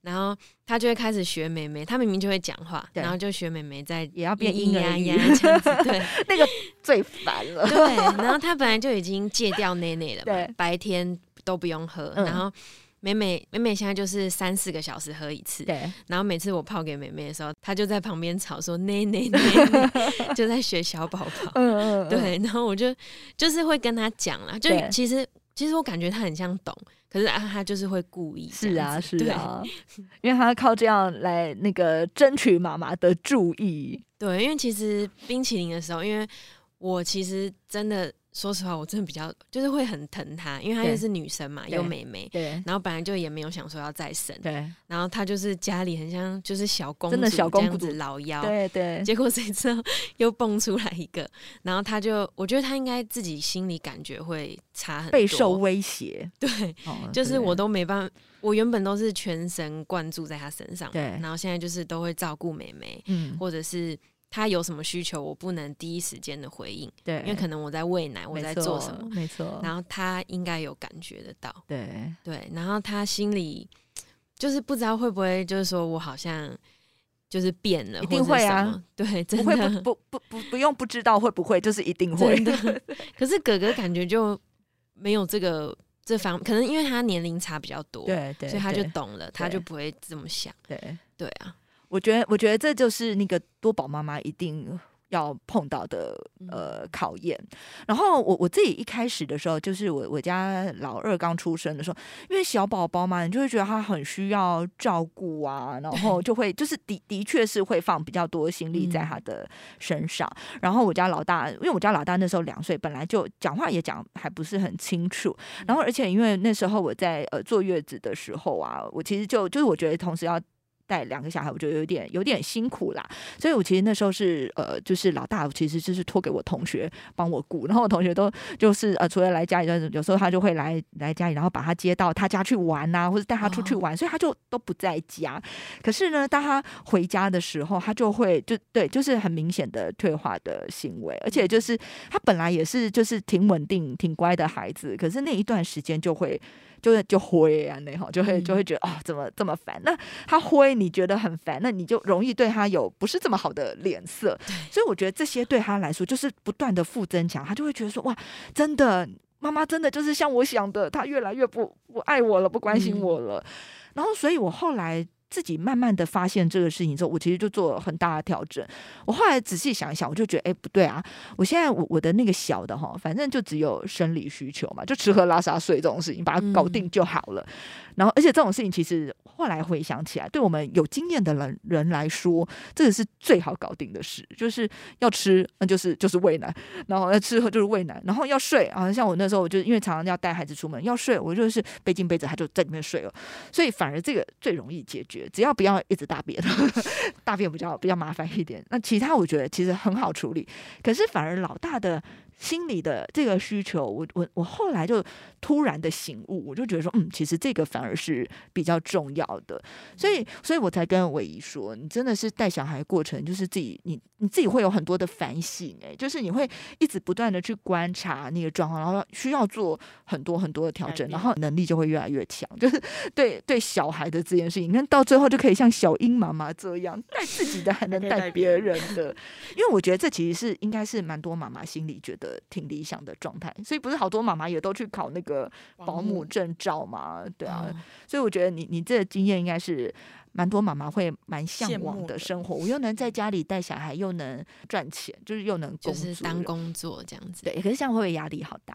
S3: 然后他就会开始学妹妹，他明明就会讲话，
S2: 对
S3: 然后就学妹妹在
S2: 也要变
S3: 咿
S2: 婴
S3: 咿
S2: 儿
S3: 呀
S2: 语
S3: 呀这样子，对
S2: [laughs] 那个最烦了。
S3: 对。然后他本来就已经戒掉奶奶了
S2: 对
S3: 嘛，白天都不用喝，
S2: 嗯
S3: 然后。美美美美现在就是三四个小时喝一次，
S2: 对，
S3: 然后每次我泡给美美的时候，她就在旁边吵说奶奶
S2: [laughs]
S3: 奶奶，就在学小宝宝。
S2: 嗯嗯，
S3: 对，然后我就就是会跟他讲啦，就
S2: 对
S3: 其实其实我感觉他很像懂，可是啊，他就是会故意这
S2: 是
S3: 样
S2: 啊，
S3: 子
S2: 是，啊， [laughs] 因为他靠这样来那个争取妈妈的注意。
S3: 对对，因为其实冰淇淋的时候，因为我其实真的说实话，我真的比较就是会很疼他，因为她
S2: 对
S3: 又是女生嘛，
S2: 对
S3: 又妹妹。
S2: 对
S3: 然后本来就也没有想说要再生，
S2: 对
S3: 然后她就是家里很像就是小公主
S2: 真的小公
S3: 这样
S2: 主
S3: 子老妖，
S2: 对对，
S3: 结果谁知道又蹦出来一个，然后她就我觉得她应该自己心里感觉会差很多，
S2: 备受威胁，
S3: 对，
S2: 哦
S3: 就是
S2: 对
S3: 我都没办法，我原本都是全神贯注在他身上嘛，
S2: 对
S3: 然后现在就是都会照顾妹妹，
S2: 嗯，
S3: 或者是她有什么需求，我不能第一时间的回应，
S2: 对，
S3: 因为可能我在喂奶，我
S2: 没
S3: 在做
S2: 错
S3: 什么，
S2: 没错，
S3: 然后她应该有感觉得到，
S2: 对，
S3: 对，然后她心里就是不知道会不会就是说我好像就是变了，
S2: 一定
S3: 或者
S2: 会啊
S3: 什么，对，
S2: 不
S3: 真
S2: 会
S3: 的
S2: 不不不不不用不知道会不会，就是一定会
S3: 真。的， [laughs] 可是哥哥感觉就没有这个这方，可能因为他年龄差比较多，
S2: 对对，
S3: 所以他就
S2: 对
S3: 懂了，他
S2: 对
S3: 就不会这么想。
S2: 对。
S3: 对啊，
S2: 我觉得，我觉得这就是那个多宝妈妈一定要碰到的呃考验。然后我我自己一开始的时候，就是我我家老二刚出生的时候，因为小宝宝嘛，你就会觉得他很需要照顾啊，然后就会就是的的确是会放比较多心力在
S3: 嗯
S2: 他的身上。然后我家老大，因为我家老大那时候两岁，本来就讲话也讲还不是很清楚，然后而且因为那时候我在呃坐月子的时候啊，我其实就就是我觉得同时要。带两个小孩，我觉得有点有点辛苦啦，所以我其实那时候是呃，就是老大，其实就是托给我同学帮我顾，然后我同学都就是呃，除了来家里，有时候他就会来来家里，然后把他接到他家去玩呐、或者带他出去
S3: 哦
S2: 玩，所以他就都不在家。可是呢，当他回家的时候，他就会就对，就是很明显的退化的行为，而且就是他本来也是就是挺稳定、挺乖的孩子，可是那一段时间就会就会就灰啊那哈，就会
S3: 嗯
S2: 就会觉得哦怎么这么烦？那他灰你觉得很烦，那你就容易对他有不是这么好的脸色，所以我觉得这些对他来说就是不断的负增强，他就会觉得说哇，真的妈妈真的就是像我想的，她越来越不不爱我了，不关心
S3: 嗯
S2: 我了。然后，所以我后来自己慢慢的发现这个事情之后，我其实就做了很大的调整。我后来仔细想一想，我就觉得，哎，不对啊！我现在我我的那个小的哈，反正就只有生理需求嘛，就吃喝拉撒睡这种事情，把它搞定就好了。然后，而且这种事情其实后来回想起来，对我们有经验的人人来说，这个是最好搞定的事，就是要吃，那就是就是喂奶，然后要吃喝就是喂奶，然后要睡啊。像我那时候，我就因为常常要带孩子出门，要睡，我就是背进被子，他就在里面睡了。所以反而这个最容易解决，只要不要一直大便，大便比较比较麻烦一点。那其他我觉得其实很好处理，可是反而老大的心理的这个需求，我我我后来就突然的醒悟，我就觉得说，嗯，其实这个反而是比较重要的，所以所以我才跟伟仪说，你真的是带小孩过程，就是自己你你自己会有很多的反省、欸，就是你会一直不断的去观察那个状况，然后需要做很多很多的调
S3: 改
S2: 整，然后
S3: 变
S2: 能力就会越来越强，就是对对小孩的这件事情，你看到最后就可以像小英妈妈这样带自己的，还能
S4: 可以
S2: 带
S4: 带
S2: 别
S4: 别
S2: 人的，因为我觉得这其实是应该是蛮多妈妈心里觉得挺理想的状态，所以不是好多妈妈也都去考那个保
S4: 嗯
S2: 姆证照嘛，对啊，
S3: 哦
S2: 所以我觉得你你这个经验应该是蛮多妈妈会蛮向
S4: 羡
S2: 往
S4: 慕
S2: 的
S4: 的
S2: 生活，我又能在家里带小孩，又能赚钱，就是又能工
S3: 就
S2: 作，
S3: 是当工作这样子。
S2: 对，可是这样会不会压力好大？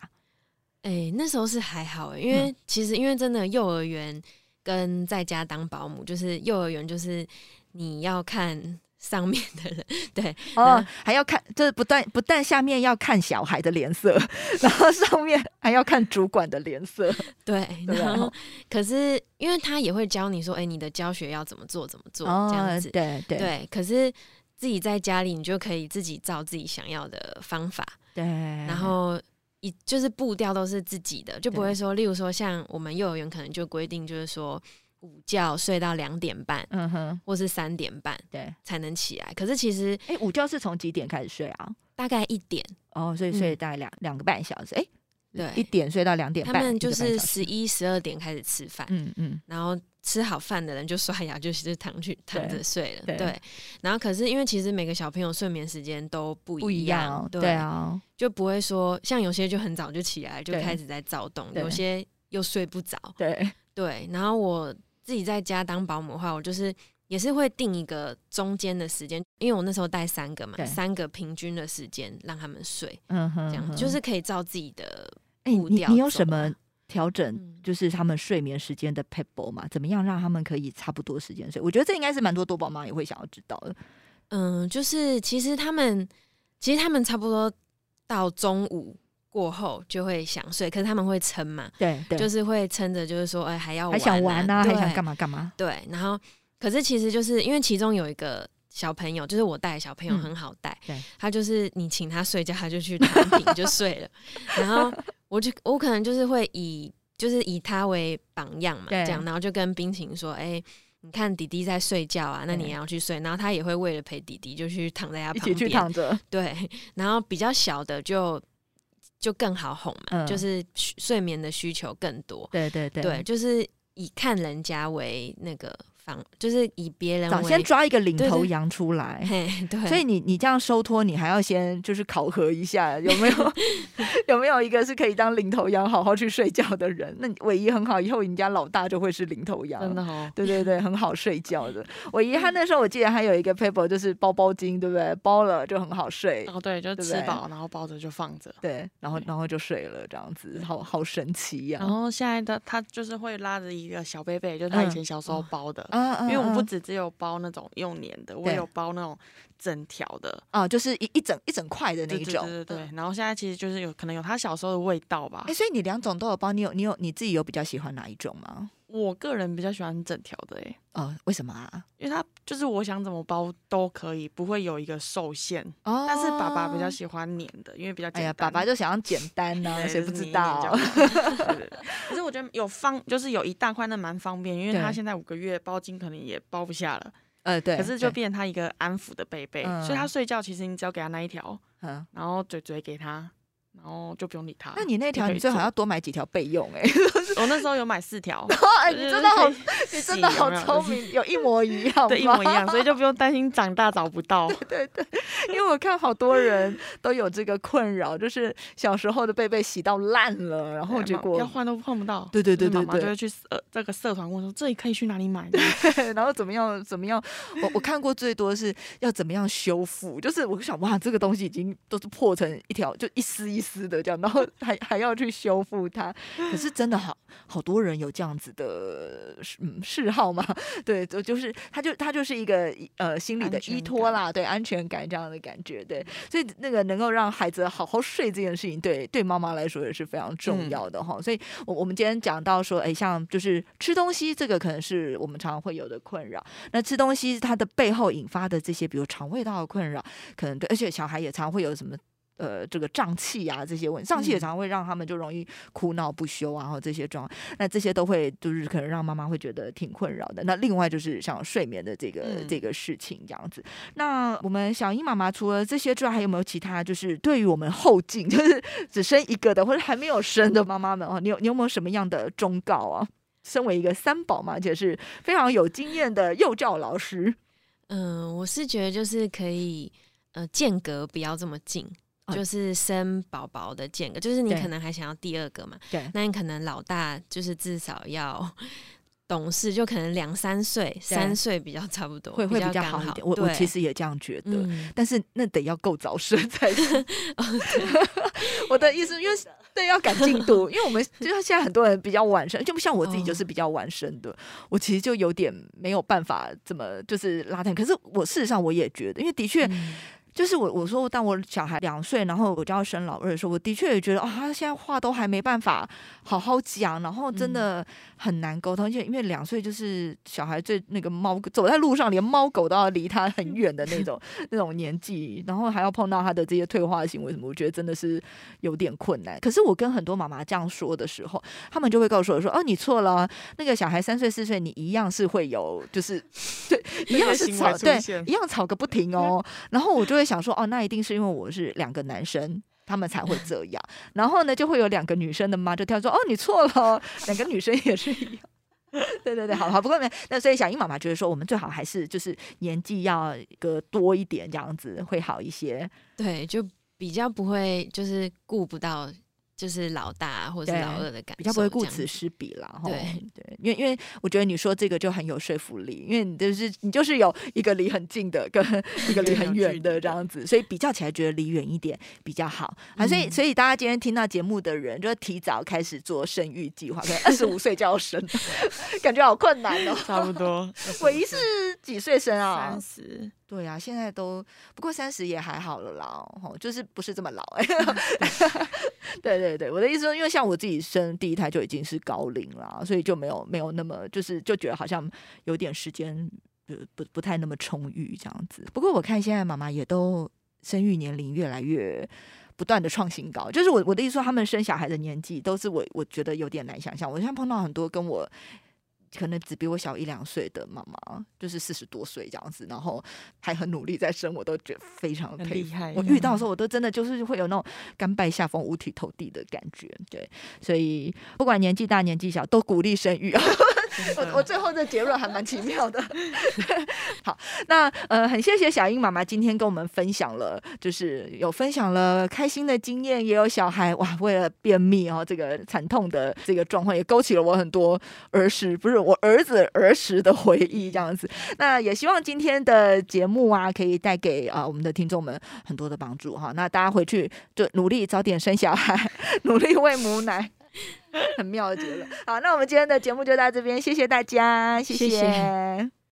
S3: 哎、那时候是还好、
S2: 嗯
S3: 欸，因为其实因为真的幼儿园跟在家当保姆，就是幼儿园就是你要看上面的人， [laughs] 对，
S2: 哦
S3: 那，
S2: 还要看，就是不但不但下面要看小孩的脸色，然后上面还要看主管的脸色。
S3: 对，
S2: 对
S3: 然
S2: 哦
S3: 后可是因为他也会教你说，哎、你的教学要怎么做，怎么做、这样子，
S2: 对哦对
S3: 对。可是自己在家里，你就可以自己照自己想要的方法，
S2: 对，然
S3: 然后一就是步调都是自己的，就
S2: 嗯
S3: 不
S2: 对
S3: 会说，例如说像我们幼儿园可能就规定，就是说午觉睡到两点半
S2: 嗯哼，
S3: 或是三点半
S2: 对。
S3: 才能起来，可是其实
S2: 哎，午觉是从几点开始睡啊？
S3: 大概一点，
S2: 哦，所以睡
S3: 嗯
S2: 大概两两个半小时。哎，
S3: 对
S2: 一点睡到两点
S3: 他
S2: 半，
S3: 们
S2: 一
S3: 就
S2: 个半
S3: 是
S2: 小时
S3: 十一十二点开始吃饭，
S2: 嗯嗯，
S3: 然后吃好饭的人就刷牙，就是 [laughs] 躺去躺着睡了。
S2: 对
S3: 对，然后可是因为其实每个小朋友睡眠时间都不
S2: 不一
S3: 样，
S2: 样哦。
S3: 对
S2: 对啊，
S3: 就不会说像有些就很早就起来就
S2: 对
S3: 开始在躁动，
S2: 对
S3: 有些又睡不着。 [laughs]
S2: 对，
S3: 对，然后我自己在家当保姆的话，我就是。也是会定一个中间的时间，因为我那时候带三个嘛
S2: 对，
S3: 三个平均的时间让他们睡，
S2: 嗯
S3: 这
S2: 哼
S3: 样、
S2: 哼
S3: 就是可以照自己的
S2: 哎，
S3: 步
S2: 你
S3: 调
S2: 你有
S3: 走
S2: 什
S3: 啊
S2: 么调整？
S3: 嗯
S2: 就是他们睡眠时间的 pebble 嘛，怎么样让他们可以差不多时间睡？我觉得这应该是蛮多多宝妈也会想要知道的。
S3: 嗯，就是其实他们，其实他们差不多到中午过后就会想睡，可是他们会撑嘛，
S2: 对对，
S3: 就是会撑着，就是说，哎、还要
S2: 还想玩
S3: 玩
S2: 呐、
S3: 啊，
S2: 还想干
S3: 嘛？
S2: 嘛干嘛？
S3: 对，然后可是其实就是因为其中有一个。小朋友就是我带的小朋友
S2: 嗯
S3: 很好带，
S2: 对
S3: 他就是你请他睡觉，他就去躺平就睡了。然后我就我可能就是会以就是以他为榜样嘛，
S2: 对
S3: 这样，然后就跟冰晴说：“哎、你看弟弟在睡觉啊，那你
S2: 对
S3: 也要去睡。”然后他也会为了陪弟弟，就去躺在他
S2: 一
S3: 旁
S2: 起去
S3: 边。
S2: 躺着，
S3: 对，然后比较小的就就更好哄嘛，
S2: 嗯
S3: 就是需睡眠的需求更多。
S2: 对对对
S3: 对，就是以看人家为那个方，就是以别人
S2: 早
S3: 为
S2: 先抓一个领
S3: 对
S2: 头
S3: 对
S2: 羊出来。
S3: 嘿，对，
S2: 所以你你这样收托，你还要先就是考核一
S3: [laughs]
S2: 下有没有 [laughs] 有没有一个是可以当领头羊好好去睡觉的人。那你尾仪很好，以后你家老大就会是领头羊。
S4: 真的哦，
S2: 对对对，很好睡觉
S3: [laughs]
S2: 的。我姨她那时候我记得还有一个 paper 就是包包巾，对不对？包了就很好睡，
S4: 哦对，就
S2: 对不
S4: 吃
S2: 对
S4: 饱然后抱着就放着。
S2: 对，然后
S4: 对
S2: 然后就睡了，这样子，好好神奇呀、
S4: 然后现在的他就是会拉着一个小贝贝，就是他以前小时候
S3: 嗯
S4: 包的，
S2: 啊啊
S4: 因为我不
S2: 啊
S4: 只只有包那种用粘的，我
S2: 对
S4: 有包那种整条的
S2: 啊，就是一一整一整块的那一种。嗯
S4: 对对对对。然后现在其实就是有可能有他小时候的味道吧
S2: 哎、。所以你两种都有包，你有你有你自己有比较喜欢哪一种吗？
S4: 我个人比较喜欢整条的诶、
S2: 哦，为什么啊？
S4: 因为他就是我想怎么包都可以，不会有一个受限。
S2: 哦，
S4: 但是爸爸比较喜欢粘的，因为比较
S2: 哎
S4: 简单。
S2: 呀，爸爸就想要简单呐、
S4: [laughs] 对
S2: 谁
S4: 就
S2: 不
S4: 是
S2: 知
S4: 粘一
S2: 道？
S4: 粘就好对对对可是我觉得有方，就是有一大块那蛮方便，因为
S2: 对
S4: 他现在五个月包巾可能也包不下了，
S2: 呃，对。
S4: 可是就
S2: 对
S4: 变成他一个安抚的贝贝，
S2: 嗯
S4: 所以他睡觉其实你只要给他那一条，
S2: 嗯，
S4: 然后嘴嘴给他，然后就不用理他。
S2: 那你那条
S4: 就可以
S2: 你最好
S4: 做
S2: 要多买几条备用
S4: [laughs]
S2: 哎、
S4: 我那时候有买四条，
S2: [laughs] 哎，你
S4: 就是
S2: 真的好
S4: 可，以
S2: 你真的
S4: 洗
S2: 好
S4: 有没 [laughs] 有
S2: 聪，啊明，有一模一样，
S4: 对，一模一样，所以就不用担心长大找不到。
S2: [laughs] 因为我看好多人都有这个困扰，就是小时候的贝贝洗到烂了，然后
S4: 对
S2: 结
S4: 妈
S2: 果
S4: 要换都换不到，
S2: 对对
S4: 就是
S2: 对对
S4: 妈妈就
S2: 对
S4: 会去呃这个社团问说这里可以去哪
S2: [laughs]
S4: 里买的，
S2: 对，然后怎么样怎么样，我我看过最多是要怎么样修复，就是我想哇，这个东西已经都是破成一条，就一丝一丝的这样，然后还还要去修复它。可是真的好好多人有这样子的嗯嗜好嘛，对，就就是他就他就是一个呃心理的
S4: 安全
S2: 依托啦，对，安全感这样的感觉，对，所以那个能够让孩子好好睡这件事情，对对妈妈来说也是非常重
S4: 嗯
S2: 要的哈、所以我我们今天讲到说，哎，像就是吃东西，这个可能是我们常常会有的困扰。那吃东西它的背后引发的这些，比如肠胃道的困扰，可能对，而且小孩也常会有什么。呃，这个胀气啊，这些问胀气也
S4: 嗯
S2: 常会让他们就容易哭闹不休啊，然后这些状，那这些都会就是可能让妈妈会觉得挺困扰的。那另外就是像睡眠的这个、
S4: 嗯
S2: 这个事情这样子。那我们小英妈妈除了这些之外，还有没有其他就是对于我们后进，就是只生一个的或者还没有生的妈妈们哦，你有你有没有什么样的忠告啊？身为一个三宝嘛，而且是非常有经验的幼教老师，
S3: 嗯，我是觉得就是可以，呃，间隔不要这么近，
S2: 哦
S3: 就是生宝宝的间隔，就是你
S2: 对
S3: 可能还想要第二个嘛，
S2: 对
S3: 那你可能老大就是至少要懂事，就可能两三岁、三岁比较差不多，
S2: 会会比
S3: 较
S2: 较
S3: 刚
S2: 好一
S3: 好
S2: 点。我我
S3: 对
S2: 其实也这样觉得，
S3: 嗯
S2: 但是那得要够早生才行。 [laughs] 我的意思，因为对要赶进度，因为我们就像现在很多人比较晚生，就不像我自己
S3: 哦
S2: 就是比较晚生的，我其实就有点没有办法这么就是拉tan。可是我事实上我也觉得，因为的确。
S3: 嗯
S2: 就是我我说，当我小孩两岁，然后我就要生老二的时候，我的确也觉得啊、他现在话都还没办法好好讲，然后真的很难沟通，而且因为两岁就是小孩最那个猫走在路上，连猫狗都要离他很远的那种那种年纪，然后还要碰到他的这些退化行为什么，我觉得真的是有点困难。可是我跟很多妈妈这样说的时候，他们就会告诉我说：“哦，你错了啊，那个小孩三岁四岁，你一样是会有，就是对，
S4: [laughs]
S2: 一样是
S4: 行为
S2: 吵，
S4: 出
S2: 对，
S4: 现
S2: 一样吵个不停哦。”然后我就会想说：“哦，那一定是因为我是两个男生。”他们才会这样，然后呢，就会有两个女生的妈就跳说：“哦，你错了哦，两个女生也是一样。” [laughs] 对对对，好好，不过没那所以小英妈妈觉得说，我们最好还是就是年纪要一个多一点，这样子会好一些。
S3: 对，就比较不会就是顾不到就是老大或者
S2: 对
S3: 是老二的感受，
S2: 比较不会顾
S3: 这样
S2: 此
S3: 子
S2: 失彼啦。吼
S3: 对
S2: 对，因为因为我觉得你说这个就很有说服力，因为你就是你就是有一个离很近的跟一 [laughs] 个离很远的这样子，所以比较起来觉得离远一点比较好啊。所以所以大家今天听到节目的人，就提早开始做生育计划，可能二十五岁就要生， [laughs] 感觉好困难哦。
S4: 差
S2: [laughs]
S4: 不多。
S2: 我一是几岁生啊
S4: 三？十，
S2: 对啊，现在都不过三十也还好了啦，吼，就是不是这么老、哎 [laughs] 对对对，我的意思说，因为像我自己生第一胎就已经是高龄啦，所以就没有没有那么就是就觉得好像有点时间不不不太那么充裕这样子。不过我看现在妈妈也都生育年龄越来越。不断的创新高，就是我我的意思说，他们生小孩的年纪都是我我觉得有点难想象。我现在碰到很多跟我可能只比我小一两岁的妈妈，就是四十多岁这样子，然后还很努力在生，我都觉得非常
S4: 很
S2: 佩
S4: 厉
S2: 服
S4: 害
S2: 我遇到的时候，我都真的就是会有那种甘拜下风、五体投地的感觉。对，所以不管年纪大年纪小，都鼓励生育啊。我我最后的结论还蛮奇妙的。 [laughs] 好，那呃，很谢谢小英妈妈今天跟我们分享了，就是有分享了开心的经验，也有小孩哇，为了便秘哦，这个惨痛的这个状况，也勾起了我很多儿时，不是我儿子儿时的回忆这样子。那也希望今天的节目啊，可以带给啊、呃我们的听众们很多的帮助哈。那大家回去就努力早点生小孩，努力喂母奶。很妙的结论。好，那我们今天的节目就到这边，谢谢大家，谢
S3: 谢谢